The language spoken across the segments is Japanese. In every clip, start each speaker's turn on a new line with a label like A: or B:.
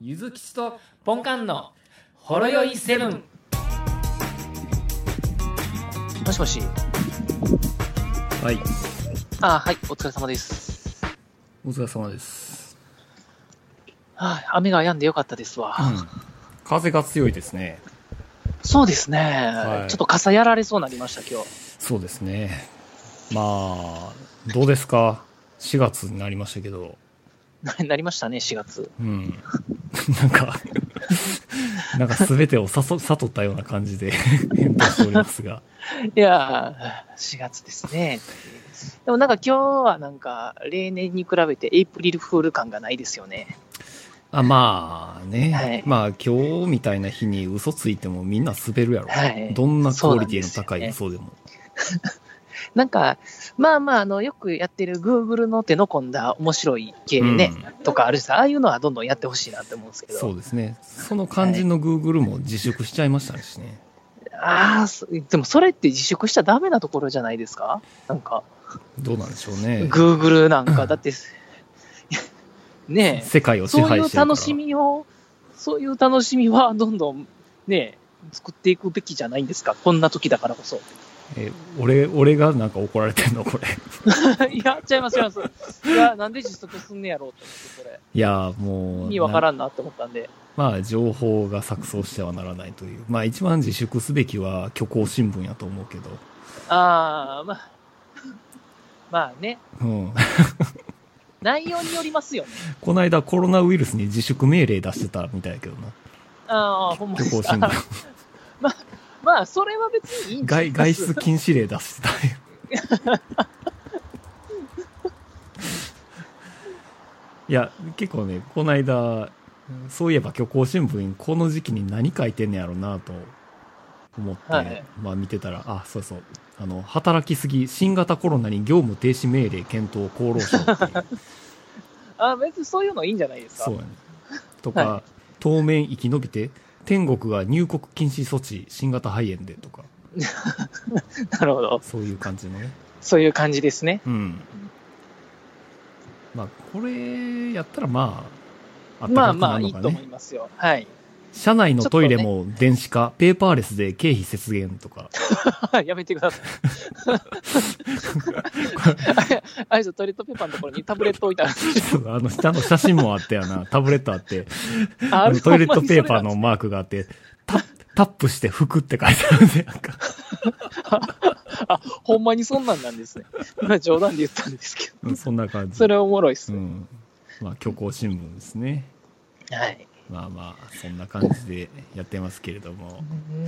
A: ゆずきちとポンカンのほろよいセブン。
B: もしもし。
A: はい、
B: あ、はい、お疲れ様です。
A: お疲れ様です。
B: はい、雨が止んでよかったですわ。
A: 風が強いですね。
B: そうですね、
A: い
B: ちょっと傘やられそうになりました、今日。
A: そうですね。まあ、どうですか ?4 月になりましたけど。
B: ななりましたね、4月。
A: うん。 なんか、 なんか全てをさそ悟ったような感じで 返答しておりますが。
B: いやー、4月ですね。でもなんか今日はなんか、例年に比べてエイプリルフール感がないですよね。
A: あまあね、
B: はい
A: まあ今日みたいな日に嘘ついてもみんな滑るやろ。
B: はい
A: どんなクオリティの高い
B: そ
A: 嘘でも。
B: なんか、まあまあ、あの、よくやってる Google の手の込んだ面白い系ね、とかあるし、ああいうのはどんどんやってほしいなって思うんですけど。
A: そうですね。その感じの Google も自粛しちゃいましたしね。
B: ああ、そでもそれって自粛しちゃダメなところじゃないですかなんか。
A: どうなんでしょうね。
B: グーグルなん か、だって、 ねえ、
A: 世界を支
B: そうい
A: 配
B: う
A: してるから。
B: 楽しみを、そういう楽しみはどんどんねえ、作っていくべきじゃないんですか、こんな時だからこそ。
A: え、俺、俺がなんか怒られてんのこれ。
B: いや、ちゃいます、ちゃいます。いや、なんで自粛すんねやろうと思って、こ
A: いや、
B: れ、
A: もう。
B: 意味わか
A: な
B: らんなって思ったんで、
A: まあ、情報が錯綜してはならないという。まあ、一番自粛すべきは虚構新聞やと思うけど。
B: ああ、まあ、 まあね、
A: うん。
B: 内容によりますよね。
A: この間コロナウイルスに自粛命令出してたみたいやけどな。
B: ああ、ほんまで
A: 虚
B: す
A: 構新
B: か。
A: 聞。
B: まあ、それは別にいいん
A: 外、
B: で
A: 外
B: す
A: 出禁止令出してたよ。 いや、結構ね、この間、そういえば虚構新聞、この時期に何書いてんねやろうなと思って、
B: はい
A: まあ見てたら、あ、そうそう、あの、働きすぎ、新型コロナに業務停止命令検討厚労省って いう
B: あ別にそういうのいいんじゃないですか。
A: そうやね。とか、
B: は
A: 当面生き延びて、天国が入国禁止措置、新型肺炎でとか、
B: なるほど。
A: そういう感じのね。
B: そういう感じですね。
A: うん。まあ、これやったらまあ、あった
B: まあ
A: かく
B: ま
A: な
B: あ
A: るの
B: いい
A: か
B: と思
A: ね
B: い。ますよ。はい。
A: 社内のトイレも電子化、ペーパーレスで経費節減とか。
B: やめてください。 あれですよトイレットペーパーのところにタブレット置いてあるんですよ。
A: あの、下の写真もあったよな。タブレットあって、
B: あ
A: あのトイレットペーパー。
B: ほ
A: の
B: んまに
A: マークがあって、タップ、タップして服って書いてあるんで、なんか。
B: それなんですねあ、ほんまにそんなんなんですね。今冗談で言ったんですけど。
A: うんそんな感じ。
B: それおもろいっす
A: う
B: ね。
A: ん。まあ、虚構新聞ですね。
B: はい。
A: まあまあ、そんな感じでやってますけれども。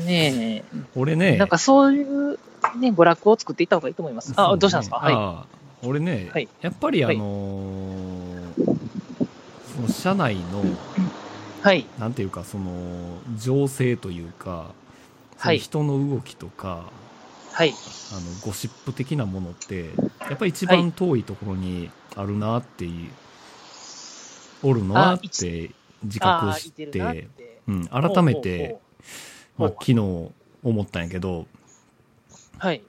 B: ね
A: 俺
B: え。
A: ね、
B: なんかそういう、ね、娯楽を作っていった方がいいと思います。
A: そ
B: あ、
A: ね
B: どうしたんですかはい。
A: あー俺ね、
B: はい
A: やっぱりあ
B: はい
A: のーその社内の、
B: はい。
A: なんていうか、その、情勢というか、そ
B: は
A: の
B: い
A: 人の動きとか、
B: はい。
A: あの、ゴシップ的なものって、やっぱり一番遠いところにあるなっていう、おるのは
B: あ
A: って自覚を
B: あー、
A: し
B: いて
A: て、
B: るなって。
A: うん、改めて、
B: ほうほうほ
A: まあ、
B: ほう
A: 昨日思ったんやけど、
B: う。はい。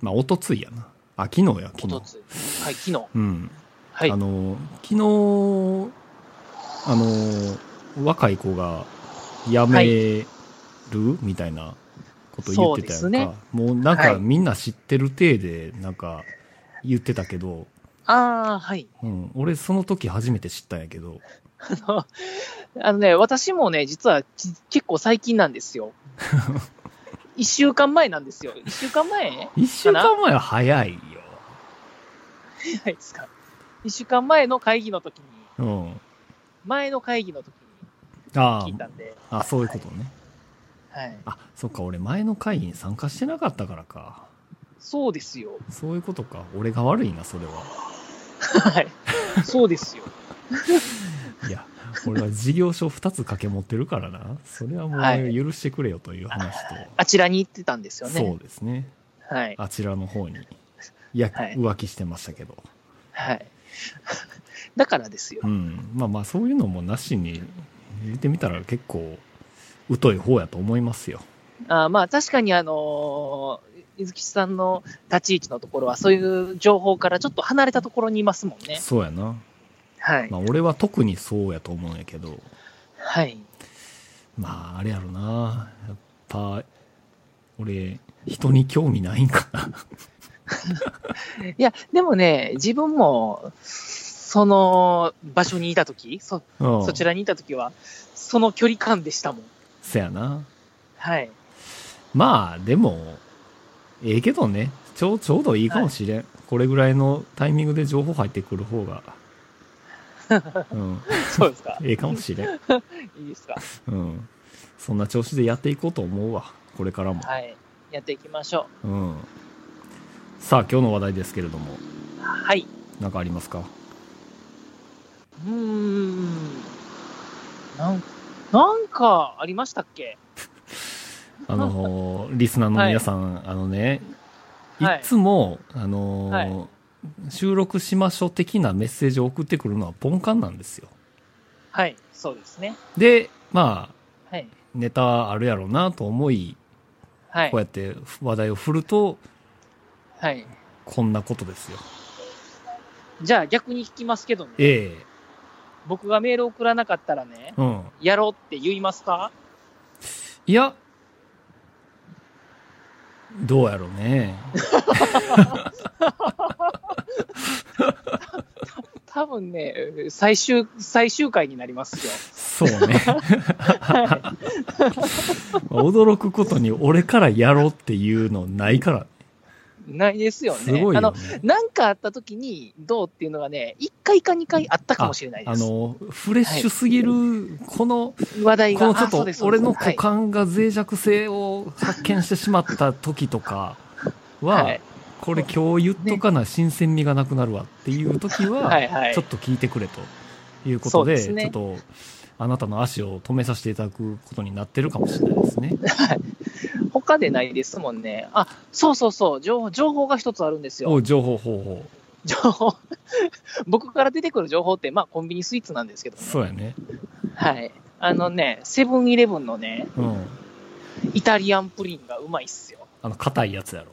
A: まあ、おとついやな。あ、昨日や、
B: お
A: 昨
B: と
A: 日。
B: つ。はい、昨日。
A: うん。
B: はい
A: あ。の、昨日、あの、若い子が辞
B: は
A: める、みたいなこと言ってたや
B: そ
A: ん
B: う
A: か。
B: ですね
A: もうなんか、
B: はい
A: みんな知ってる体で、なんか言ってたけど、
B: ああ、はい。
A: うん、俺その時初めて知ったんやけど、
B: あのあのね、私もね、実はき結構最近なんで すよ。一週間前なんですよ。一週間前じ
A: 一週間前は早いよ。
B: ゃないですか。一週間前の会議の時に、
A: うん。
B: 前の会議の時
A: あ
B: に聞いたんで、
A: あ、あ、そういうことね。
B: はい。
A: あ、そっか、俺前の会議に参加してなかったからか。
B: そうですよ。
A: そういうことか。俺が悪いな、それは。
B: はい。そうですよ。
A: いや、俺は事業所2つ掛け持ってるからな。それはも
B: は
A: う
B: い
A: 許してくれよという話と、
B: あちらに行ってたんですよ
A: そう
B: ね。
A: ですね。
B: はい。
A: あちらの方に。いや、
B: はい
A: 浮気してましたけど。
B: はい。だからですよ
A: う。ん。まあまあ、そういうのもなしに入れてみたら結構、疎い方やと思いますよ。
B: あーまあ確かにあのー、水木さんの立ち位置のところは、そういう情報からちょっと離れたところにいますもんね。
A: そうやな。
B: はい。
A: まあ、俺は特にそうやと思うんやけど、
B: はい。
A: まあ、あれやろな。やっぱ、俺、人に興味ないんかな。
B: いや、でもね、自分も、その場所にいたとき、そ、
A: うん
B: そちらにいたときは、その距離感でしたもん。
A: そやな。
B: はい。
A: まあ、でも、ええけどね。ちょう、ちょうどいいかもしれん。これぐらいのタイミングで情報入ってくる方が。うん。。
B: そうですか
A: ええかもしれん。
B: いいですか。
A: うん。そんな調子でやっていこうと思うわ。これからも。
B: はい。やっていきましょ
A: うん。さあ、今日の話題ですけれども、
B: う。はい。
A: 何かありますか
B: うーん。なん、なんかありましたっけ
A: あのー リスナーの皆さん、あのね、い
B: はい
A: つも、あのー
B: は
A: 収録しましょう的なメッセージを送ってくるのはポンカンなんですよ。
B: はい。そうですね。
A: で、まあ、
B: はい。
A: ネタあるやろうなと思い、
B: はい
A: こう。やって話題を振ると、
B: はい。
A: こんなことですよ。
B: じゃあ逆に聞きますけどね。
A: え
B: 僕がメール送らなかったらね、
A: えうん。
B: やろうって言いますか
A: いや、どうやろうね。
B: 多分ね、最終、最終回になります
A: そ
B: よ。
A: うね。 驚くことに俺からやろうっていうのないから、
B: ないですよね。
A: すごいよ
B: あの、
A: ね。
B: なんかあった時に、どうっていうのがね、1回か2回あったかもしれないで
A: あ
B: す。
A: の、フレッシュすぎる、この、
B: 話題が。
A: このちょ
B: あそうで
A: っ
B: す
A: と、俺の
B: そうで
A: 股
B: すは
A: 間が脆弱性を発見してしまった時とか
B: い
A: は、
B: はい
A: これ今日言っとかな、新鮮味がなくなるわっていう時は、
B: はいはい
A: ちょっと聞いてくれということで、
B: そうですね
A: ちょっと、あなたの足を止めさせていただくことになってるかもしれないですね。
B: 他でないですもんね。あ、そうそうそう。情報、情報が一つあるんですよ。
A: お情報方法。
B: 情報。 僕から出てくる情報って、まあ、コンビニスイーツなんですけどね。
A: そうやね。
B: はい。あのね、セブンイレブンのね、
A: うん。
B: イタリアンプリンがうまいっすよ。
A: あの、硬いやつやろ。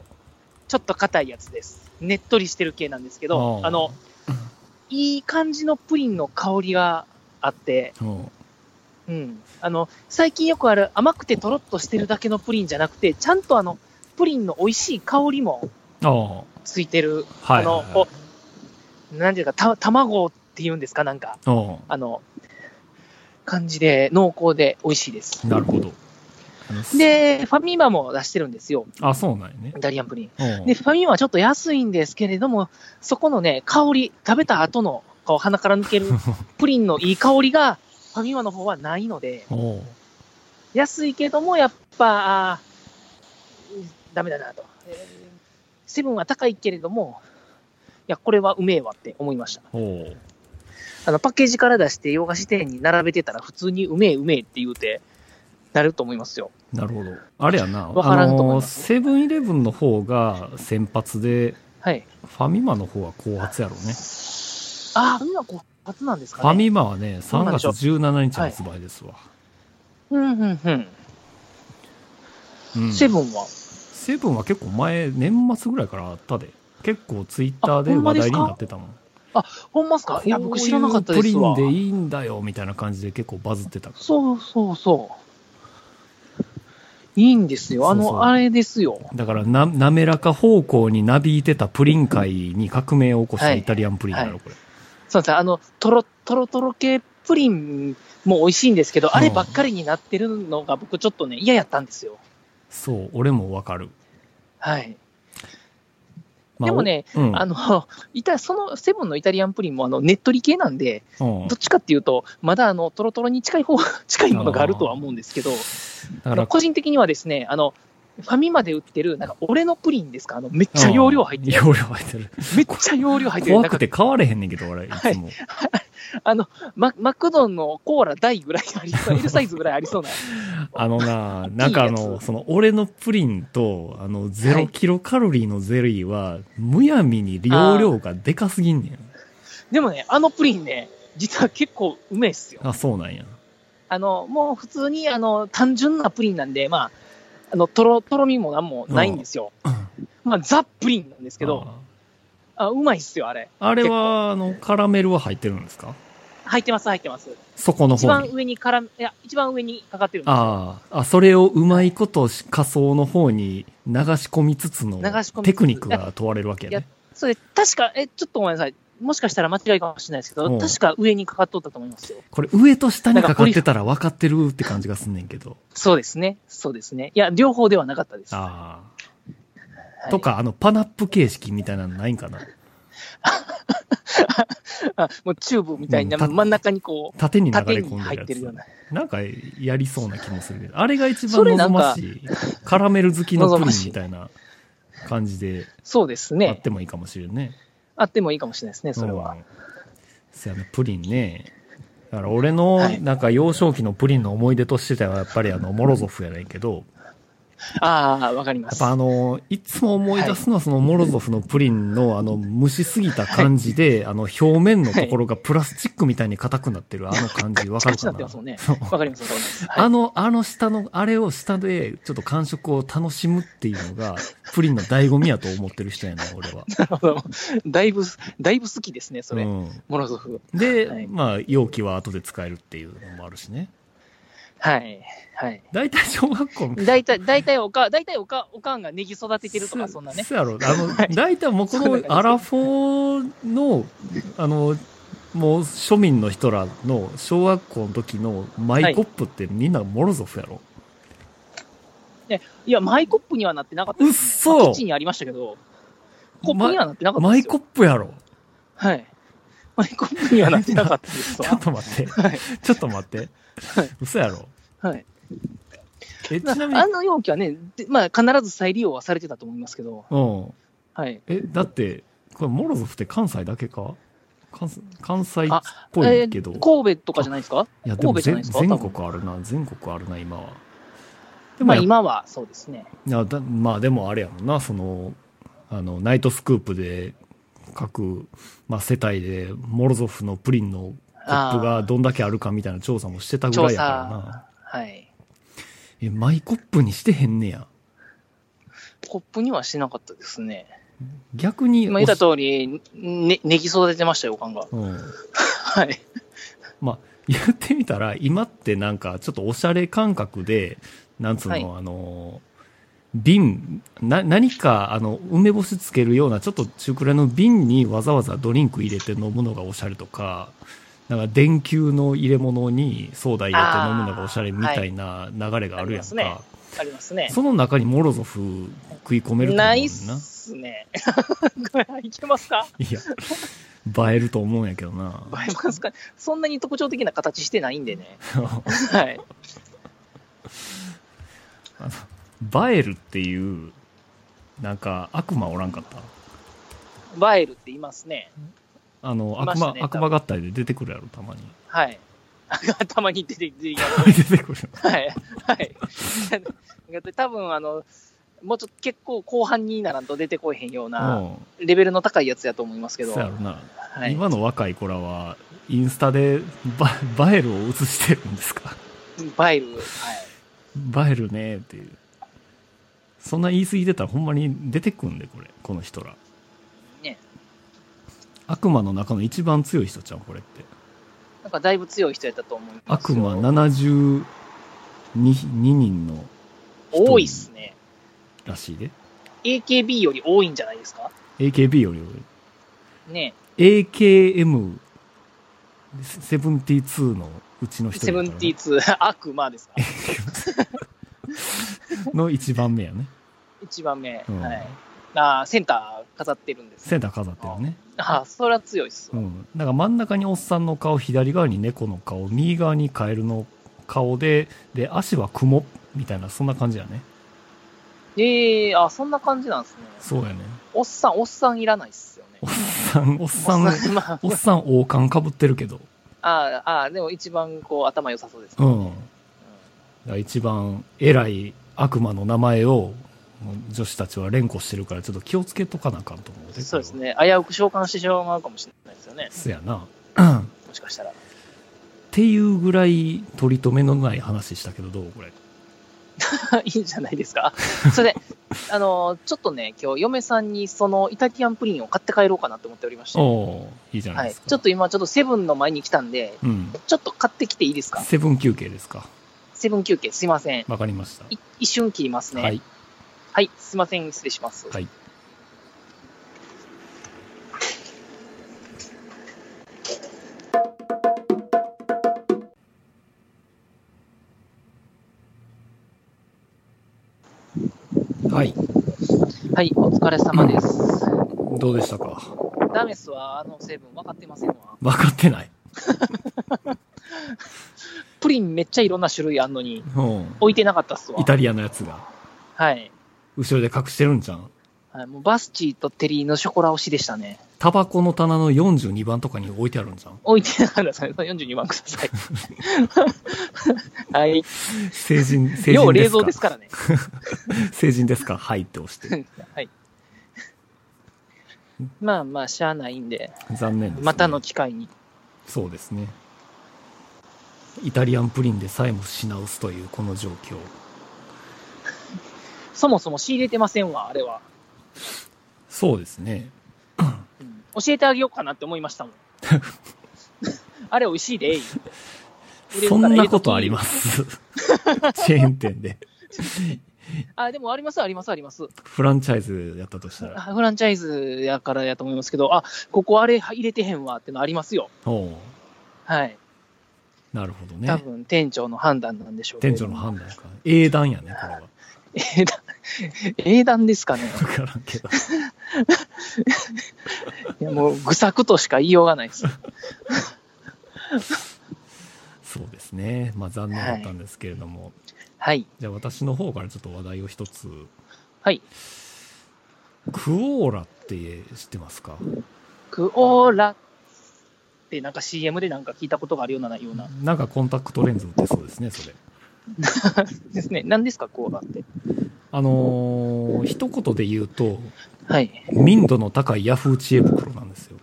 B: ちょっと硬いやつです。ねっとりしてる系なんですけど、
A: あー
B: あの、いい感じのプリンの香りがあって、
A: うん。
B: うん。あの、最近よくある甘くてとろっとしてるだけのプリンじゃなくて、ちゃんとあの、プリンの美味しい香りも
A: ああ。
B: ついてる、
A: はいはいはい
B: あの、こう、なんていうか、た、卵っていうんですか、なんか、
A: うん。
B: あの、感じで、濃厚で美味しいです。
A: なるほど。あの
B: で、ファミマも出してるんですよ、
A: あ、そうなんやね
B: イ。タリアンプリン。
A: うん
B: で、ファミマはちょっと安いんですけれども、そこのね、香り、食べた後の、こう、鼻から 抜けるプリンのいい香りが、ファミマの方はないので、
A: おう
B: 安いけども、やっぱ、あーうんダメだなと。えーセブンは高いけれども、いや、これはうめえわって思いました。
A: おう
B: あの、パッケージから出して洋菓子店に並べてたら、普通にうめえうめえって言うて、なると思いますよ。
A: なるほど。あれやな、
B: わからんと思い
A: のー
B: ます
A: セブンイレブンの方が先発で、
B: はい。
A: ファミマの方は後発やろうね。
B: ああ、ファミマこう初なんです
A: フ
B: か
A: ァ
B: ね。
A: ミマはね、
B: そう
A: 3
B: なんでし
A: 月
B: ょう
A: 17日発売ですわ。
B: うん、うん、うん。
A: うん
B: セブンは、
A: セブンは結構前、年末ぐらいからあったで。結構ツイッターで
B: あほんま
A: 話
B: です
A: 題
B: か
A: になってたもん。
B: ほんまっすかいや、僕知らなかったです
A: こ
B: わ
A: ういう。プリンでいいんだよ、みたいな感じで結構バズってたから。
B: そうそうそう。いいんですよ。あの、
A: そうそう
B: あれですよ。
A: だからな、滑らか方向になびいてたプリン界に革命を起こした
B: はい
A: イタリアンプリンだろ、
B: は
A: これ。
B: そうですねあの、とろ、とろとろ系プリンも美味しいんですけど、あればっかりになってるのが僕ちょっとね、嫌やったんですよ。
A: そう、俺もわかる。
B: はい。
A: まあ
B: でもね、
A: おうん
B: あの、 いた、そのセブンのイタリアンプリンもあの、ねっとり系なんで、
A: うん
B: どっちかっていうと、まだあの、とろとろに近い方、 近いものがあるとは思うんですけど、
A: だから、
B: 個人的にはですね、あの、ファミマで売ってる、なんか、俺のプリンですかあの、めっちゃ容量入ってる。
A: 容量入ってる。
B: めっちゃ容量入ってる。
A: 怖くて買われへんねんけど、俺、いつも。
B: あの、ママクドのコーラ大ぐらいありそう、L サイズぐらいありそ うな。
A: あのな、なんかあ
B: いい
A: の、
B: やつ
A: その、俺のプリンと、あの、ゼロキロカロリーのゼリーは、むやみに容量がでかすぎんねん。
B: でもね、あのプリンね、実は結構うめえっすよ。
A: あ、そうなんや。
B: あの、もう普通に、あの、単純なプリンなんで、まあ、あの、とろ、とろみもなんもないんですよ。まあ、ザ・プリンなんですけど、あうまいっすよ、あれ。
A: ああれは、あの、カラメルは入ってるんですか
B: 入ってます、入ってます。
A: 底の
B: 一
A: 方
B: 番
A: に。
B: 上に絡め、いや、一番上にかかってるんですよ。
A: ああ、あ、それをうまいことし仮想の方に流し込みつつの
B: 流し込みつつ
A: テクニックが問われるわけや
B: いや
A: ね。
B: それ、確か、え、ちょっとごめんなさい。もしかしたら間違いかもしれないですけ
A: うん
B: ど、確か上にかかっとったと思いますよ。
A: これ上と下にかかってたら分かってるって感じがすんねんけど。
B: そうですね。そうですね。いや、両方ではなかったです。
A: あ
B: は
A: あ。
B: い
A: と。か、あの、パナップ形式みたいなのないんかな。
B: あもうチューブみたいな、
A: うんた
B: 真ん中にこう、
A: 縦に流
B: 縦
A: れ
B: に
A: 込んで
B: 入って
A: る
B: る
A: や
B: ような。
A: つ。なんかやりそうな気もするけど。あれが一番
B: それな
A: 望
B: んか
A: ましい。カラメル好きのプ
B: 望ま
A: リン
B: しい
A: みたいな感じで
B: そうです
A: あっ
B: ね。
A: てもいいかもしれんね。
B: あってもいいかもしれないですね、それは。
A: うん。そやね、プリンね。だから俺の
B: は、い
A: なんか幼少期のプリンの思い出としては、やっぱりあの、モロゾフやねんけど、
B: ああ、わかりま
A: やっ
B: す。
A: ぱあの、いつも思い出すのはそのモロゾフのプリンのあの、蒸しすぎた感じで、あの、表面のところがプラスチックみたいに硬くなってるあの感じ、わかるか
B: なってますもん
A: な
B: ね
A: そう
B: わかります、わかります。はい
A: あの、あの下の、あれを下でちょっと感触を楽しむっていうの が、プリンの醍醐味やと思ってる人やな、俺は。
B: なるほ ど。だいぶ、だいぶ好きですね、それ。
A: うん
B: モロゾフ。
A: で、
B: はい
A: まあ、容器は後で使えるっていうのもあるしね。
B: はい。はい。
A: 大体小学校の
B: 大体、大体おか、大体おか、おかんがネギ育ててるとか、そんなね。
A: そうやろ。あの、大体もうこ
B: そんな感じ
A: のアラフォーの、あの、もう庶民の人らの小学校の時のマイコップってみんなモロゾフやろ。
B: いや、マイコップにはなってなかったです、ね。
A: うっそ
B: まあキッチンにありましたけど、コップにはなってなかった
A: マ
B: で
A: イ
B: すよ。
A: コップやろ。
B: はい。マイコップにはなってなかったで す
A: ちょ
B: わ
A: っ。と待って。
B: はい。
A: ちょっと待って。嘘やろ。
B: はい。
A: え、ち
B: あ
A: なみに、
B: の容器はね、でまあ、必ず再利用はされてたと思いますけど、
A: うん。
B: はい。
A: え、だって、これモロゾフって関西だけか関関西っ
B: あ
A: ぽいけど。
B: えー神戸とかじゃないですか
A: いや、でも
B: 神戸じ
A: 全
B: ゃないですか
A: 全
B: 多分
A: 国あるな。全国あるな、今は。でも
B: まあ、
A: やっ
B: 今はそうですね。
A: いやだまあでもあれやもんなそのあのナイトスクープで各、まあ、世帯でモロゾフのプリンのコップがどんだけあるかみたいな調査もしてたぐ
B: 調
A: らいやからな
B: 査。はい。
A: えマイコップにしてへんねや
B: コップにはしてなかったですね。
A: 逆に
B: 今言った通り、ね、ネギ育ててましたよ、おかんが。
A: うん、
B: はい。
A: 言ってみたら今ってなんかちょっとおしゃれ感覚でなんつうの、
B: はい
A: あの瓶な何かあの梅干しつけるようなちょっと中くらいの瓶にわざわざドリンク入れて飲むのがおしゃれとかなんか電球の入れ物にソーダ入れて飲むのがおしゃれみたいな流れがあるやんか、
B: あーはいありますありますね。
A: その中にモロゾフ食い込めると思うねんな
B: ないっすね。 これいけますか
A: いや映えると思うんやけどな
B: 映えますかそんなに特徴的な形してないんでね。はい。
A: 映えるっていうなんか悪魔おらんかった
B: 映えるって言いますね。
A: あの、
B: いま
A: 悪
B: した
A: 魔、
B: ね
A: 悪魔合体で出てくるやろ、たまに。
B: はい。たまに出て、出てきます。
A: 出 てくる。
B: はい。はい。多分あの、もうちょっと結構後半にならんと出てこいへんよう
A: う。
B: なんレベルの高いやつやと思いますけど、
A: そうやろな。
B: はい、
A: 今の若い子らは、インスタでバ、映えるを映してるんですか
B: バイル、はい、
A: 映えるねっていう。そんな言い過ぎてたらほんまに出てくんで、これ。この人ら。
B: ね。
A: 悪魔の中の一番強い人ちゃん、これって。
B: なんかだいぶ強い人やったと思います
A: 悪
B: よ。
A: 魔72人の
B: 多いっすね。
A: らしいで。
B: AKB より多いんじゃないですか
A: AKB より
B: ね
A: AKM72 のうちの一
B: セ
A: 人
B: ブ
A: やか
B: ン
A: らな
B: ティーツ ー悪魔ですか
A: の一番目やね。
B: 一番目、
A: うん
B: はい。あーセンター飾ってるんです、
A: セ
B: ね。
A: ンター飾ってるね。
B: あーそれは強いっす
A: う
B: わ。
A: ん。だから真ん中におっさんの顔、左側に猫の顔、右側にカエルの顔で、で、足は雲みたいな、そんな感じやね。
B: ええー、あーそんな感じなんですね。
A: そうやね。
B: おっさん、おっさんいらないっすよね
A: お。っさん、おっさん、
B: まあ
A: おっさん王冠かぶってるけど。
B: ああ、ああ、でも一番こう頭良さそうです、
A: う
B: ね。
A: ん。だから一番偉い悪魔の名前を、女子たちは連呼してるから、ちょっと気をつけとかなあかんと思う
B: う
A: で。
B: んそうですね。危うく召喚してしまうかもしれないですよね。
A: そうやな。
B: もしかしたら。
A: っていうぐらい取り留めのない話したけどどうこれ
B: いいんじゃないです か。それで、あの、ちょっとね、今日嫁さんにそのイタリアンプリンを買って帰ろうかなと思っておりまして、
A: お
B: は
A: おーいいじゃないで
B: い
A: すか。。
B: ちょっと今、ちょっとセブンの前に来たんで、
A: うん。
B: ちょっと買ってきていいですか
A: セブン休憩ですか。
B: セブン休憩、すいません。
A: わかりました。
B: い一瞬切りますね。
A: は。い。
B: はい、すいません、失礼します。
A: はい。はい。
B: はい、お疲れ様です。
A: どうでしたか
B: ダメスはあの成分分かってませんわ。
A: 分かってない。
B: プリンめっちゃいろんな種類あんのに、
A: うん。
B: 置いてなかったっすわ
A: イ。タリアのやつが。
B: はい。
A: 後ろで隠してるんじゃん。
B: はい、もうバスチーとテリーのショコラ推しでしたね。
A: タバコの棚の42番とかに置いてあるんじゃん。
B: 置いてなかったっすね。42万く ださい。はい。
A: 成 人、成人ですか。
B: 要冷蔵ですからね。
A: 成人ですかはいって押して。
B: はい。まあまあ、しゃあないんで、
A: 残念です、ね。
B: またの機会に。
A: そうですね。イタリアンプリンでさえも品薄というこの状況。
B: そもそも仕入れてませんわ、あれは。
A: そうですね。
B: うん教えてあげようかなって思いましたもん。 あれ美味しいで。
A: そんなことあります。チェーン店で。
B: あ、でもあります、あります、あります。
A: フランチャイズやったとしたら。
B: フランチャイズやからやと思いますけど、あ、ここあれ入れてへんわってのありますよ。
A: おう
B: はい。
A: なるほど
B: 多
A: ね。
B: 分店長の判断なんでしょうけれ
A: 店
B: ど
A: 長の判断か。英断やね、これは。
B: 英断、英断ですかね。
A: わからんけど。
B: いやもう、愚策としか言いようがないです。
A: そうですね。まあ残念だったんですけれども。
B: はい。
A: じゃあ私の方からちょっと話題を一つ。
B: はい。
A: クオーラって知ってますか
B: クオーラってなんか CM でなんか聞いたことがあるようなないような。
A: なんかコンタクトレンズ売ってそうですね、それ。
B: ですね。何ですか、クオーラって。
A: あのー一言で言うと、
B: はい。
A: 民度の高いヤフー知恵袋なんですよ。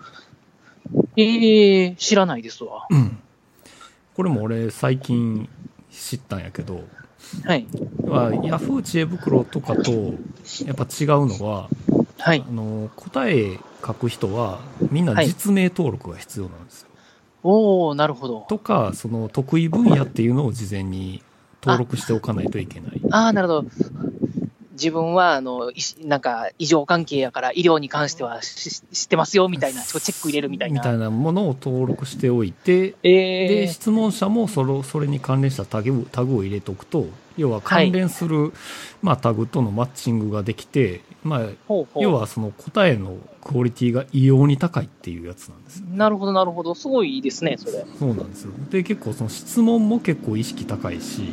B: えー、知らないですわ。
A: これも俺最近知ったんやけど、
B: はい。
A: まあ、ヤフー知恵袋とかとやっぱ違うのは、
B: は
A: あ
B: い。
A: のー答え書く人はみんな
B: はい
A: 実名登録が必要なんですよ。
B: おー、なるほど。
A: とか、その得意分野っていうのを事前に登録しておかないといけない。
B: ああ、なるほど。自分は、あの、いしなんか、異常関係やから、医療に関してはしし知ってますよ、みたいな、そうチェック入れるみたいな。
A: ものを登録しておいて、
B: え
A: で、
B: ー、
A: 質問者もそれそれに関連したタグタグを入れとくと、要は関連する、まあ、タグとのマッチングができて、まあ、
B: ほうほう。
A: 要はその答えのクオリティが異様に高いっていうやつなんですよ。
B: なるほど、なるほど。すごいいいですね、それ。
A: そうなんですよ。で、結構その質問も結構意識高いし、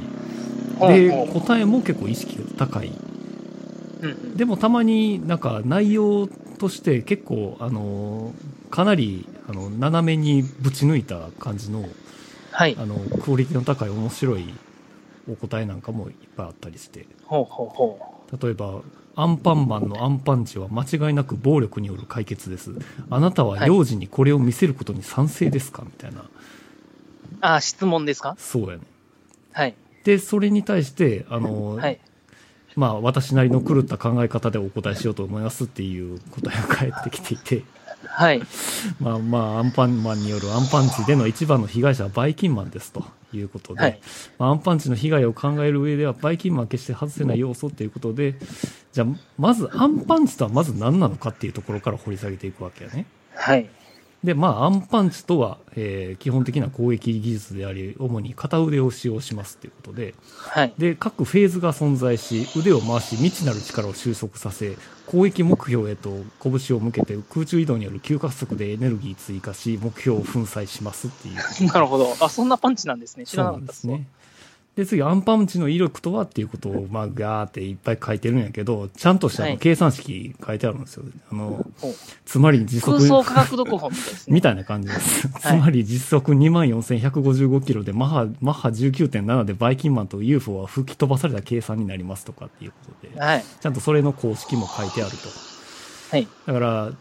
B: ほう
A: で、
B: ほ
A: 答えも結構意識が高い。
B: ううんうん
A: でもたまになんか内容として結構、あの、かなり、あの、斜めにぶち抜いた感じの、
B: はい。
A: あの、クオリティの高い面白いお答えなんかもいっぱいあったりして。
B: ほうほうほ
A: 例えば、アンパンマンのアンパンチは間違いなく暴力による解決です。あなたは幼児にこれを見せることに賛成ですかみたいな。
B: う。ああ、質問ですか
A: そうやね。
B: はい。
A: で、それに対して、あの、
B: はい。
A: まあ、私なりの狂った考え方でお答えしようと思いますっていう答えが返ってきていて、
B: はい。
A: まあまあ、アンパンマンによるアンパンチでの一番の被害者はバイキンマンですということで、
B: はい。
A: まあアンパンチの被害を考える上では、バイキンマンは決して外せない要素っていうことで、じゃあ、まず、アンパンチとはまず何なのかっていうところから掘り下げていくわけやね。
B: はい。
A: で、まあ、アンパンチとは、えー基本的な攻撃技術であり、主に片腕を使用しますっていうことで、
B: はい。
A: で、各フェーズが存在し、腕を回し、未知なる力を収束させ、攻撃目標へと拳を向けて空中移動による急加速でエネルギー追加し、目標を粉砕しますっていう。
B: なるほど。あ、そんなパンチなんですね。 知
A: そう
B: らな
A: な
B: かっ
A: ん
B: た
A: で
B: っす
A: すね。で、次、アンパンチの威力とはっていうことを、まあ、ガーっていっぱい書いてるんやけど、ちゃんとしたあの
B: はい
A: 計算式書いてあるんですよ。あの、
B: ほう
A: つまり時速
B: 空想科学読本みたいですね。
A: みたいな感じです。
B: はい
A: つまり実速24,155キロでマハ、マハ19.7でバイキンマンと UFO は吹き飛ばされた計算になりますとかっていうことで、
B: はい。
A: ちゃんとそれの公式も書いてあると。
B: はい。
A: だから、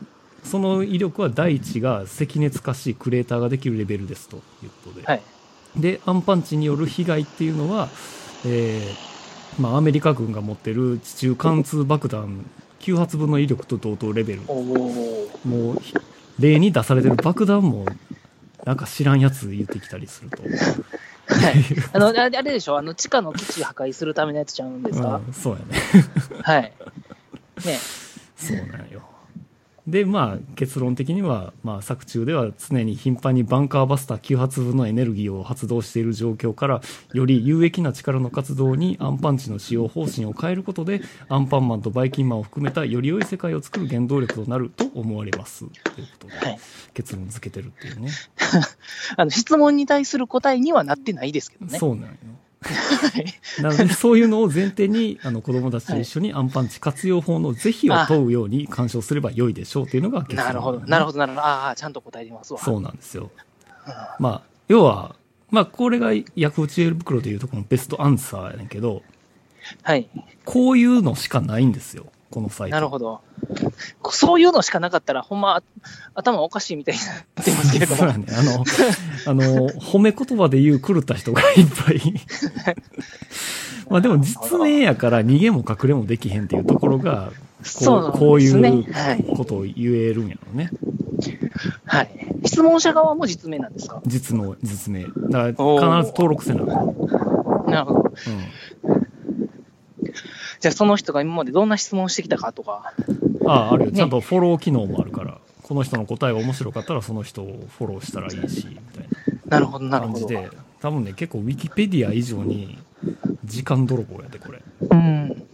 A: その威力は第一が赤熱化しクレーターができるレベルですということで。
B: はい。
A: で、アンパンチによる被害っていうのは、えーまあ、アメリカ軍が持ってる地中貫通爆弾9発分の威力と同等レベル
B: おお。
A: もう例に出されてる爆弾もなんか知らんやつ言ってきたりすると、
B: はい。あの、あれあれでしょあの、地下の基地破壊するためのやつちゃうんですか、
A: うん、そうやね
B: はい。ね。
A: そうなんよ。で、まあ、結論的には、まあ、作中では常に頻繁にバンカーバスター9発分のエネルギーを発動している状況から、より有益な力の活動にアンパンチの使用方針を変えることで、アンパンマンとバイキンマンを含めたより良い世界を作る原動力となると思われます。ということで、
B: はい
A: 結論付けてるっていうね。
B: あの、質問に対する答えにはなってないですけどね。
A: そうなんよ。
B: はい。
A: なので、そういうのを前提に、あの、子供たちと一緒にアンパンチ活用法の是非を問うように鑑賞すれば良いでしょうっていうのが結論、
B: なるほど、なるほど、なるほど。ああ、ちゃんと答えてますわ。
A: そうなんですよ。まあ、要は、まあ、これが薬物知恵袋でいうとこのベストアンサーやねんけど、
B: はい。
A: こういうのしかないんですよ、このサイト。
B: なるほど。そういうのしかなかったら、ほんま、あ頭おかしいみたいになってますけれど
A: そう
B: も
A: や。ね。あの、あの、褒め言葉で言う狂った人がいっぱ い。まあでも実名やから逃げも隠れもできへんっていうところが、
B: そ
A: こ
B: うなん
A: うこう
B: です
A: い
B: ね。
A: う
B: はい。
A: ことを言えるんやろね。
B: はい。質問者側も実名なんですか
A: 実の、実名。だか
B: お
A: ら
B: ー
A: 必ず登録せなあかん。うん。
B: なるほど。じゃあ、その人が今までどんな質問をしてきたかとか。
A: ああ、あるよ。
B: ね
A: ちゃんとフォロー機能もあるから、この人の答えが面白かったらその人をフォローしたらいいし、みたい
B: なるほど、
A: な
B: なる
A: 感
B: ほ
A: じ
B: ど。
A: で、多分ね、結構ウィキペディア以上に時間泥棒やで、これ。
B: うん。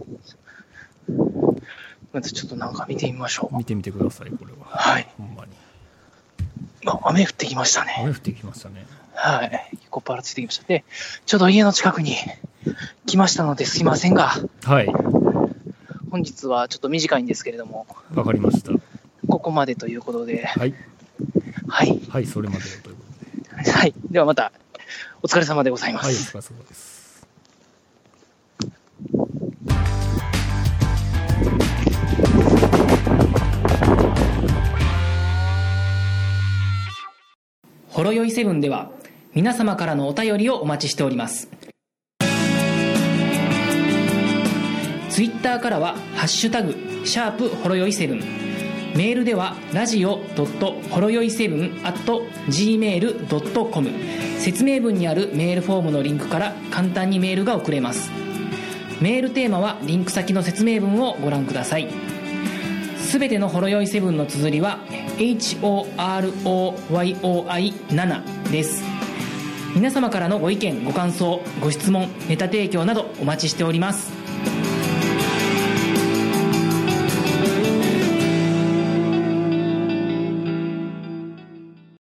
B: まずちょっとなんか見てみましょう。
A: 見てみてください、これは。
B: はい。
A: ほんまに。
B: あ雨降ってきましたね。
A: 雨降ってきましたね。
B: はい。結構パラついてきました。で、ちょうど家の近くに来ましたのですいませんが、
A: はい。
B: 本日はちょっと短いんですけれども、
A: わかりました。
B: ここまでということで、
A: はい。
B: はい。
A: はい、それまでよということで。
B: はい。ではまた、お疲れ様でございま
A: はい、お
B: す。
A: 疲れ様です。
C: ほろよいセブンでは皆様からのお便りをお待ちしておりますツイッターからは「ハッシュタグシャープほろよいセブン」メールではラジオほろよい7 gmail.com 説明文にあるメールフォームのリンクから簡単にメールが送れますメールテーマはリンク先の説明文をご覧くださいすべてのほろ酔いセブンの綴りは HOROYOI7 です皆様からのご意見ご感想ご質問ネタ提供などお待ちしております